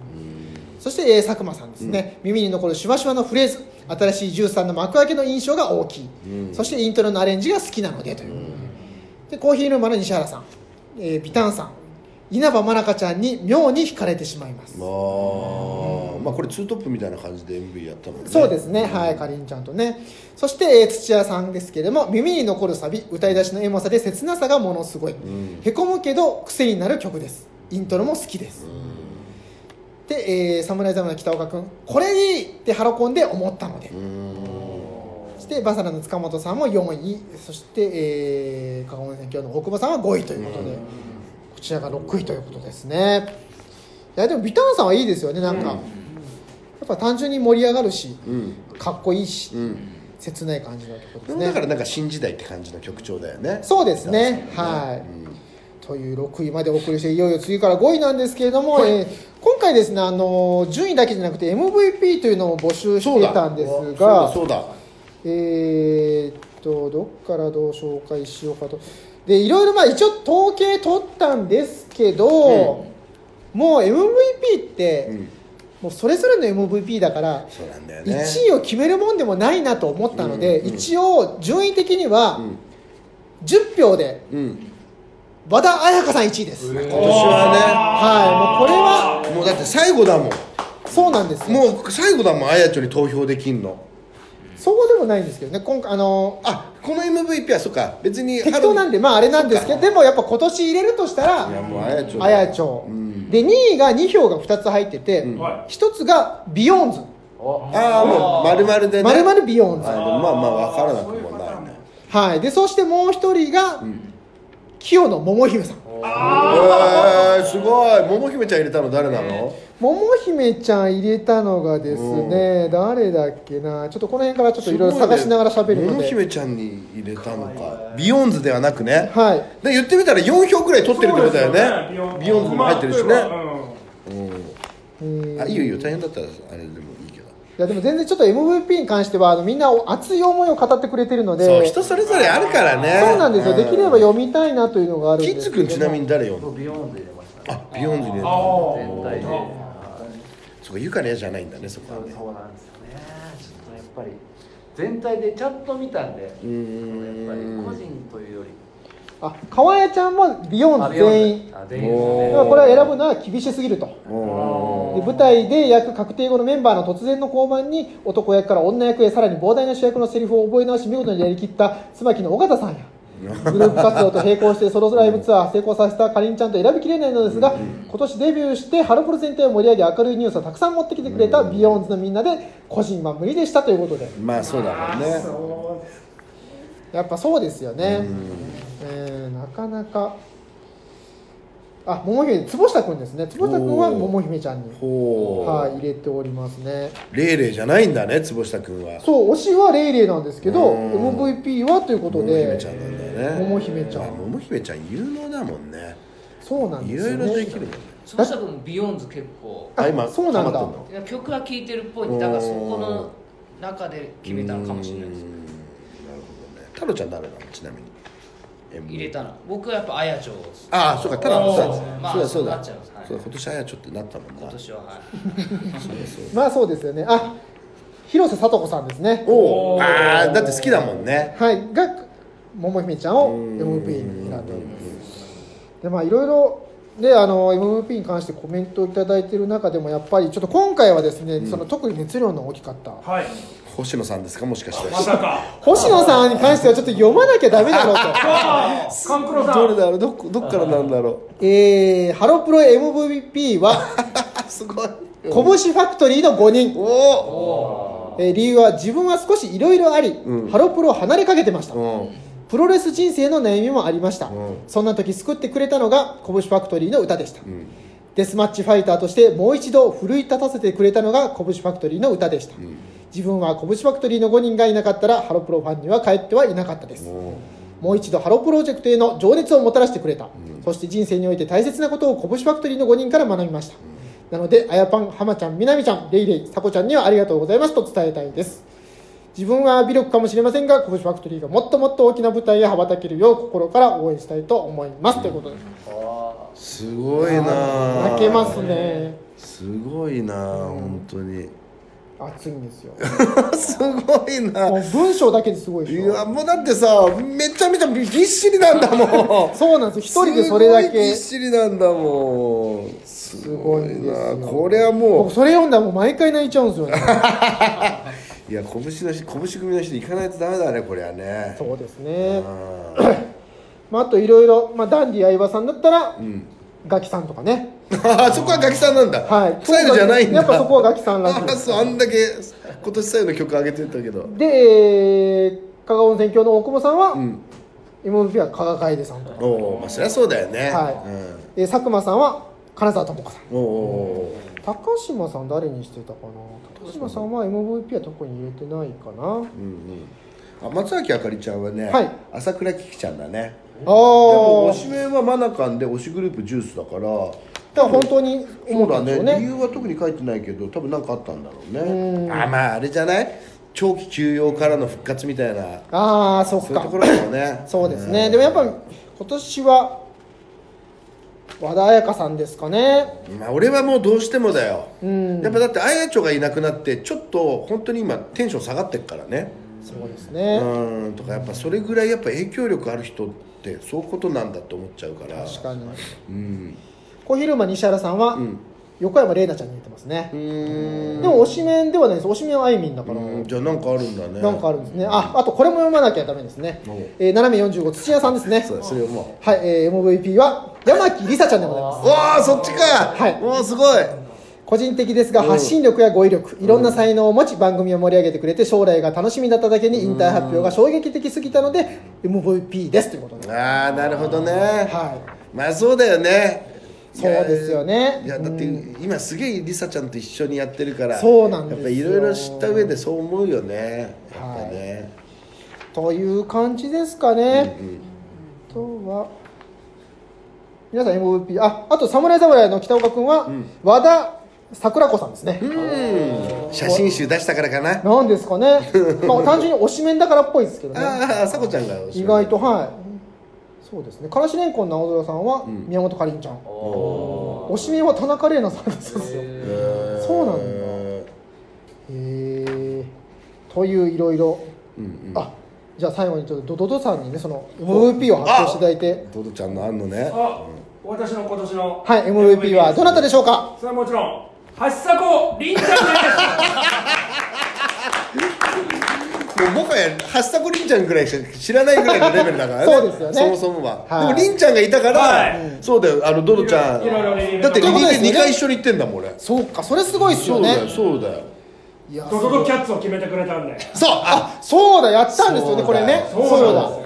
S1: そして、えー佐久間さんですね、耳に残るシュワシュワのフレーズ新しいジュースさんの幕開けの印象が大きい、そしてイントロのアレンジが好きなのでという、でコーヒールーマの西原さん、えービタンさん稲葉真中ちゃんに妙に惹かれてしまいます、
S3: まあ、まあこれツートップみたいな感じで MV やったもんね
S1: そうですね、はい、かりんちゃんとね。そして、えー土屋さんですけれども、耳に残るサビ、歌い出しのエモさで切なさがものすごい。へこむけど、癖になる曲です。イントロも好きです。で、えー、侍侍の北岡君、これいいってハロコンで思ったので。そして、バサラの塚本さんも4位、そして、えー、加賀温泉郷の大久保さんは5位ということで、こちらが6位ということですね。いや、でも、ビターンさんはいいですよね、なんか。やっぱ単純に盛り上がるし、
S3: うん
S1: かっこいいし、
S3: うん
S1: 切ない感じの曲で
S3: ですも
S1: ね
S3: だからなんか新時代って感じの曲調だよね
S1: そうですねはい、という6位までお送りしていよいよ次から5位なんですけれども、えー今回ですねあのー順位だけじゃなくて MVP というのを募集し
S3: そう
S1: て
S3: だ
S1: たんです
S3: そう
S1: が
S3: だそうだ
S1: えーっとどっからどう紹介しようかとでいろいろまあ一応統計取ったんですけど、もう MVP って、
S3: うん
S1: もうそれぞれの MVP だから
S3: そうなんだよね
S1: 1位を決めるもんでもないなと思ったので、一応順位的には、
S3: ん
S1: 10票で
S3: うん
S1: 和田彩香さん1位です、はいもう
S3: 今年は
S1: これは
S3: ねもうだって最後だもん
S1: そうなんですよ
S3: もう最後だもんあやちょに投票できんの
S1: そうでもないんですけどね今回あの
S3: あこの MVP はそっか別に
S1: 適当なんでまああれなんですけどでもやっぱ今年入れるとした
S3: いや
S1: ら
S3: もうあやちょ
S1: 綾町、
S3: うん
S1: で2位が2票が2つ入ってて、
S3: ん
S5: は
S1: 1つがビヨーンズ
S3: ああもう丸々でね
S1: まるまるビヨーンズ
S3: あでもまあまあ分からなくもないね
S1: はいでそしてもう1人が、清野桃姫さん
S3: えー、すごい桃姫ちゃん入れたの誰なの、
S1: 桃姫ちゃん入れたのがですね、誰だっけなちょっとこの辺からちょっといろいろ探しながら喋るの
S3: 桃
S1: で、
S3: 姫ちゃんに入れたのかビヨンズではなくね、
S1: はい
S3: で言ってみたら4票くらい取ってるってことだよね
S5: そうですよ
S3: ビヨンズも入ってるしね、
S5: まあというかうん
S1: え
S3: あ
S1: ー
S3: いいよいいよ大変だったらあれでもいいけど
S1: いやでも全然ちょっと MVP に関してはあのみんな熱い思いを語ってくれてるので
S3: そう人それぞれあるからね
S1: そうなんですよ、できれば読みたいなというのがあるん
S3: キ
S1: で
S3: ッ
S1: す
S3: ズ
S1: けど
S3: 君ちなみに誰読んだ
S6: 僕ビヨーンズ入れましたね
S3: あビヨンズに出た
S5: あ
S6: 全体で
S5: あ
S3: そこゆかりやじゃないんだねそこは
S6: そう
S3: ね
S6: そうなんですよねちょっとやっぱり全体でチャット見たんでやっぱ
S3: う
S6: り
S3: ーん
S6: 個人というより
S1: あ川谷ちゃんはビヨーンズ全員
S6: あ全員ですね
S1: だからこれは選ぶのは厳しすぎると
S3: おー
S1: で舞台で役確定後のメンバーの突然の降板に男役から女役へさらに膨大な主役のセリフを覚え直し見事にやりきった椿の尾形さ んやグループ活動と並行してソロライブツアー成功させたかりんちゃんと選びきれないのですが今年デビューしてハロプロ全体を盛り上げ明るいニュースをたくさん持ってきてくれたビヨーンズのみんなで個人は無理でしたということで
S3: まあそうだろうね
S5: そうです
S1: やっぱそうですよね、えーなかなかあ桃姫坪下君ですね坪下君は桃姫ちゃんに、
S3: ほう
S1: はい、入れておりますね
S3: レイレイじゃないんだね坪下君は
S1: そう推しはレイレイなんですけど
S3: うん
S1: MVP はということ
S3: 桃姫
S1: で
S3: ちゃんなんだね
S1: 桃姫ちゃん
S3: あ桃姫ちゃん有能だもんね
S1: そうなん
S3: い
S1: です
S3: ろ
S1: よ
S3: いろで
S1: ね
S3: きるもんね
S2: 坪下君ビヨーンズ結構
S1: あ
S3: あ今
S1: そうなんだ
S3: ハマっての
S2: いや曲は聴いてるっぽいんでだからそこの中で決めたのかもしれないです
S3: うーんなるほどね太郎ちゃん誰なのちなみに
S2: 入れたの僕はやっぱあやちょうです
S3: ああそうか太郎さんそう
S2: まあ
S3: だそう
S2: そうな
S3: だ
S2: っちゃいますはい
S3: そうだ今年あやちょっとなったもんな
S2: 今年ははい
S1: まあそうですよねあ広瀬さと子さんですね
S3: おおああだって好きだもんね
S1: はいが桃姫ちゃんを MVP に選んでおりますでまあいろいろであの MVP に関してコメントをいただいている中でもやっぱりちょっと今回はですね、その特に熱量の大きかった
S5: はい
S3: 星野さんですかもしかして
S5: ま さか
S1: 星野さんに関してはちょっと読まなきゃダメだろうと
S5: ああカンクロさん
S3: どれだろうどっどっからなんだろ
S1: えー、ハロプロ MVP は
S3: うすごい
S1: こぼしファクトリーの5人、
S3: おお
S1: えー理由は自分は少しいろいろあり、
S3: うん
S1: ハロプロを離れかけてました、
S3: うん
S1: プロレス人生の悩みもありました、
S3: うん
S1: そんな時救ってくれたのがこぼしファクトリーの歌でした、
S3: うん
S1: デスマッチファイターとしてもう一度奮い立たせてくれたのがこぶしファクトリーの歌でした、自分はこぶしファクトリーの5人がいなかったらハロプロファンには帰ってはいなかったですもう一度ハロプロジェクトへの情熱をもたらしてくれた、そして人生において大切なことをこぶしファクトリーの5人から学びました、なのであやぱんはまちゃんみなみちゃんレイレイさこちゃんにはありがとうございますと伝えたいです自分は微力かもしれませんがこぶしファクトリーがもっともっと大きな舞台へ羽ばたけるよう心から応援したいと思います、ということです
S3: すごいなあ
S1: 泣けますね
S3: すごいなあ本当に
S1: 熱いん ですよ
S3: すごいなあ
S1: もう文章だけですごいで
S3: い
S1: しょ
S3: やもうだってさめちゃめちゃぎっしりなんだもん
S1: そうなんです よ一人でそれだ
S3: すごいぎ
S1: け
S3: っしりなんだもんすごい
S1: すごいで
S3: な
S1: す
S3: あ
S1: よ
S3: これはも
S1: 僕それ読んだらもう毎回泣いちゃうんですよ ね
S3: ういや拳の人拳組の人行かないとダメだねこれはね
S1: そうですね
S3: あ
S1: まああといろいろまあダンディ相葉さんだったら、
S3: ん
S1: ガキさんとかね
S3: ああそこはガキさんなんだ
S1: はい
S3: サイドじゃないんだ
S1: やっぱそこはガキさんらしいで
S3: あ
S1: す
S3: そうあんだけ今年最後の曲上げてたけど
S1: で、えー、加賀温泉郷の大久保さんは、
S3: ん
S1: MVP は加賀楓さんとか、
S3: おおまあそりゃそうだよね
S1: はいえー佐久間さんは金沢智子さん
S3: うん、おお
S1: 高島さん誰にしてたかな高島さんは MVP は特に入れてないかな、
S3: うんうんあ松崎あかりちゃんはね、
S1: はい
S3: 朝倉ききちゃんだね
S1: あ
S3: でも推し
S1: あ
S3: メンはマナカンで推しグループジュースだから
S1: だから本当に
S3: そ
S1: 思
S3: う
S1: った
S3: だ
S1: んでし
S3: ね
S1: ょうね
S3: 理由は特に書いてないけど多分何かあったんだろう
S1: う
S3: ね
S1: ん
S3: あまああれじゃない長期休養からの復活みたいな
S1: ああそっ
S3: そういう
S1: か
S3: ところだよね
S1: そうですね、でもやっぱ今年は和田彩香さんですかね
S3: まあ、俺はもうどうしてもだよ、
S1: うん
S3: やっぱだってあやちょがいなくなってちょっと本当に今テンション下がってっからね
S1: そうです
S3: う
S1: ね、
S3: んとかやっぱそれぐらいやっぱ影響力ある人ってそういうことなんだと思っちゃうから
S1: 確かに
S3: うん
S1: 小昼間西原さんは
S3: ん
S1: 横山玲奈ちゃんに似てますね
S3: う、ーん
S1: でも推しメンではないです推しメンはあいみんだから、
S3: うんじゃあなんかあるんだね
S1: なんかあるんですねああとこれも読まなきゃダメですね
S3: お、
S1: えー、斜め45土屋さんですね
S3: そうだそれをも
S1: はい、えー MVP は山木りさちゃんでございます
S3: うわあそっちか
S1: はい
S3: おおすごい
S1: 個人的ですが発信力や語彙力いろんな才能を持ち番組を盛り上げてくれて将来が楽しみだっただけに引退発表が衝撃的すぎたので MVP ですということで、
S3: ああなるほどね
S1: は
S3: まあそうだよね
S1: そうですよね
S3: いやいやだって今すげえりさちゃんと一緒にやってるから
S1: そうなんです
S3: や
S1: よ
S3: っぱいろいろ知った上でそう思うよねやっぱね、
S1: い、という感じですかね、あとは皆さん MVP ああと侍侍の北岡君は、和田桜子さんですね、
S3: うん写真集出したからかな
S1: なんですかねまあ 単純に推しメンだからっぽいですけどね
S3: ああさこちゃんが
S1: 意外とはいそうですねからしれんこんの青空さんは
S3: うん
S1: 宮本かりんちゃん、
S6: お
S1: 推しメンは田中玲奈さんだそうですよへそうなんだ
S3: うん
S1: えといういろいろ
S3: うん
S1: あじゃあ最後にちょっとドドドさんにねその MVP を発表していただいて
S3: ドドちゃんのあんのね
S5: あ私の今年の
S1: はい MVP はどなたでしょうか
S5: それはもちろん橋迫凛ちゃんです
S3: もう僕はやはしたこりんちゃんぐらいしか知らないぐらいのレベルだからね
S1: そうですよね
S3: そもそもは、
S1: はい
S3: でもりんちゃんがいたから、
S5: はい
S3: そうだよあのドドちゃん
S5: いろいろいろいろいろ
S3: だって
S1: ということですよね
S3: 2回一緒に行ってんだもん俺
S1: そうかそれすごいっす
S3: そ
S1: よ
S3: う
S1: ね
S3: だよそうだよ
S1: いや
S5: ドドドキャッツを決めてくれたんで
S1: そうあそうだやったんですよね
S3: そ
S1: こ
S3: うだ
S1: れね
S5: そうなんですよ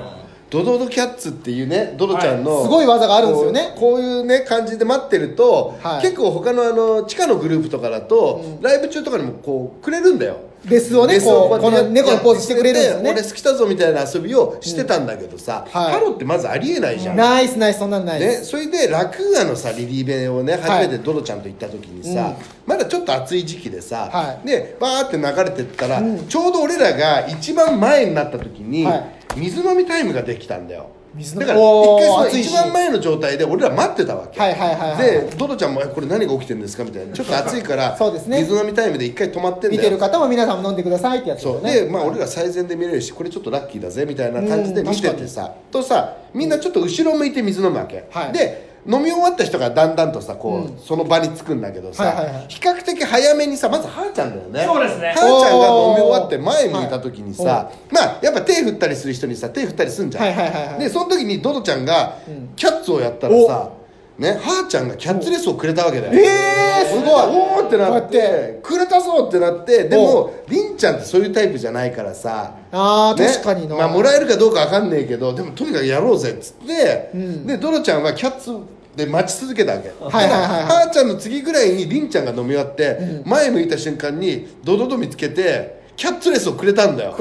S3: ドドドキャッツっていうねドドちゃんの、
S1: はいすごい技があるんですよね
S3: こうこういうね感じで待ってると、
S1: はい
S3: 結構他のあの地下のグループとかだと、ライブ中とかにもこうくれるんだよ
S1: ベスをね
S3: ベ
S1: こうこ
S3: やっ
S1: の
S3: て
S1: 猫のポーズしてくれるんですよね
S3: 俺好きだぞみたいな遊びをしてたんだけどさ、
S1: うんはい
S3: ハロってまずありえないじゃん、
S1: ナイスナイスそんなんない
S3: ね、
S1: です、
S3: それで楽屋のさリリーベをね
S1: はい
S3: 初めてドロちゃんと行った時にさ、
S1: うん
S3: まだちょっと暑い時期でさ、
S1: はい
S3: でバーって流れてったら、ちょうど俺らが一番前になった時に、
S1: はい
S3: 水飲みタイムができたんだよ
S1: 水飲み
S3: だから
S1: おー
S3: 一回その
S1: 暑いし
S3: 一番前の状態で俺ら待ってたわけ、
S1: はいはいはいはい
S3: でドロちゃんもえ「これ何が起きてるんですか?」みたいなちょっと暑いから
S1: そうですね
S3: 水飲みタイムで一回止まってんだ
S1: 見
S3: よ
S1: てる方も皆さんも飲んでくださいってやつです
S3: そ
S1: よ
S3: う
S1: ね
S3: でまあ俺ら最善で見れるしこれちょっとラッキーだぜみたいな感じで
S1: うん
S3: 見ててさとさみんなちょっと後ろ向いて水飲むわけ、
S1: はい
S3: で飲み終わった人がだんだんとさこう、
S1: うん
S3: その場につくんだけどさ、
S1: はいはいはい
S3: 比較的早めにさまずはーちゃんだよね
S5: そうですね
S3: はーちゃんが飲み終わって前向いた時にさ、
S1: は
S3: まあやっぱ手振ったりする人にさ手振ったりすんじゃん、
S1: はいはいはいはい
S3: でその時にドドちゃんがキャッツをやったらさ、ね、はーちゃんがキャッツレスをくれたわけだよ
S1: えーすごい
S3: おーってなっ
S1: こうやって
S3: てくれたぞってなってでもりんちゃんってそういうタイプじゃないからさ
S1: あー
S3: ね
S1: 確かにな、
S3: まあ、もらえるかどうかわかんねえけどでもとにかくやろうぜっつって、
S1: うん
S3: でドロちゃんはキャッツで待ち続けたわけは
S1: は
S3: い
S1: いはいはい
S3: ーちゃんの次ぐらいにりんちゃんが飲み終わって、前向いた瞬間にドドド見つけてキャッツレスをくれたんだよ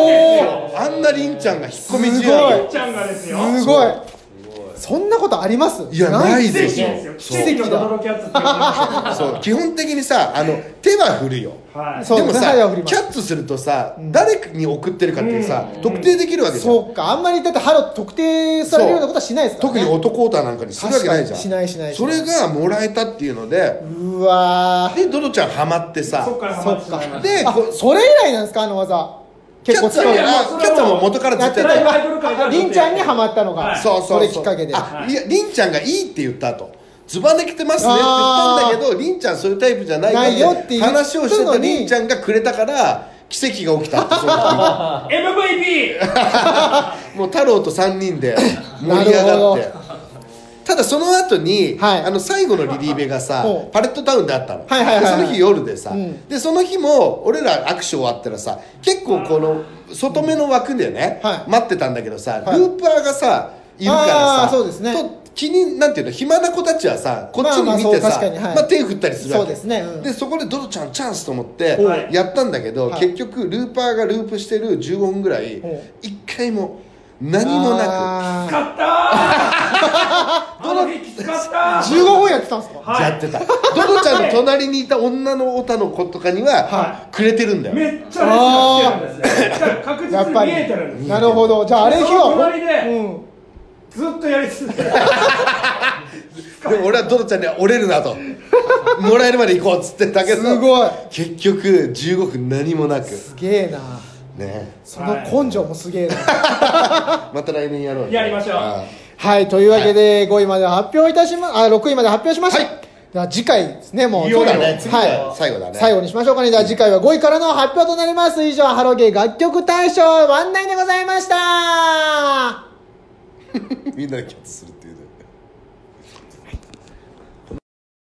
S1: お
S3: あんなりんちゃんが引っ込み
S1: すご
S3: 思
S1: い
S3: 案
S5: りんちゃんがですよ
S1: おすごいそんなことあります
S3: いやない
S5: 奇
S3: で
S5: 跡
S3: し
S5: ですよ
S3: ょ
S5: 奇跡のドドドキャッツって言われて
S3: そう基本的にさあの手は振るよ
S5: るはい
S1: そう
S3: でもさ
S1: 手は振ります
S3: キャッツするとさ、誰に送ってるかってさ、特定できるわけじゃん、
S1: そうかあんまりだってハロ特定されるようなことはしないですから、
S3: 特
S1: ね、
S3: に男オーターなんかにするわけないじゃ
S1: 確か
S3: ん
S1: にしないしないし
S3: そ
S1: ない
S3: れがもらえたっていうので
S1: うわー
S3: でドドちゃんハマってさ
S5: そっからハ
S1: そ
S5: マって
S1: っ
S5: しまい
S1: か
S5: まし
S3: で
S1: あ
S3: こう
S1: それ以来なんですかあの技
S3: キャ
S1: 結
S3: ッ
S1: 構
S3: ツ
S1: 強
S3: はいキャ
S5: いやまあそれは
S3: ッツはもう元からず
S1: や
S3: っ
S1: って
S3: とや
S1: た
S3: って
S5: ラ
S3: た
S5: イブハイブル会
S1: ありんちゃんにはまったのが、
S5: はい
S3: そうそう
S1: れ
S3: う
S1: きっかけで
S3: あいやりんちゃんがいいって言った後ズバ抜けてますねって言ったんだけどりんちゃんそういうタイプじゃない
S1: ないよって言ったのに
S3: 話をしてたりんちゃんがくれたから奇跡が起きたってそういう
S5: た MVP
S3: もう太郎と3 人で盛り上が
S1: な
S3: っ
S1: る
S3: てただその後に、
S1: はい
S3: あの最後のリリーベがさ
S1: ほう
S3: パレットタウンであったの、
S1: はいはいはいはい
S3: でその日夜でさ、
S1: うん
S3: でその日も俺ら握手終わったらさ結構この外目の枠でね、
S1: はい
S3: 待ってたんだけどさ、
S1: はい
S3: ルーパーがさいるから
S1: あ
S3: さ
S1: ーそうですね
S3: と気になんていうの暇な子たちはさこっち
S1: まあまあ
S3: に見て
S1: そう
S3: さ
S1: 確かにはい
S3: まあ手振ったりする
S1: そ
S3: わけ
S1: うですねうん
S3: でそこでドロちゃんチャンスと思って
S1: お
S5: う
S3: やったんだけど、
S1: はい
S3: 結局ルーパーがループしてる15分ぐらい
S1: お
S3: 一回も何もな
S1: あー
S5: 勝ったーあの日きつかったー
S1: 15分やってたんですか
S3: く
S5: はい
S3: やってた、ドロちゃんの隣にいた女のオタの子とかには
S5: は
S3: くれてるんだよ、
S5: めっちゃレスが来てるんですね確実に見えてるんです
S1: なるほどじゃああれ日は
S5: その隣で
S1: うん
S5: ずっとやり続けて
S3: でも俺はドロちゃんには折れるなともらえるまで行こうっつってたけど
S1: すごい
S3: 結局15分何もなく
S1: すげえな
S3: ね
S1: その根性もすげえな
S3: また来年やろうね
S5: やりましょう
S3: ああ
S1: はいというわけで5位まで発表いたしまあ6位まで発表しました、
S3: はい
S1: では次回ですねもう
S3: そうだね次
S1: は
S3: が
S1: い
S3: 最後だね、
S1: 最後にしましょうかねじゃあ次回は5位からの発表となります以上ハロゲー楽曲大賞ワンナインでございました
S3: みんなでキャッチするっていうね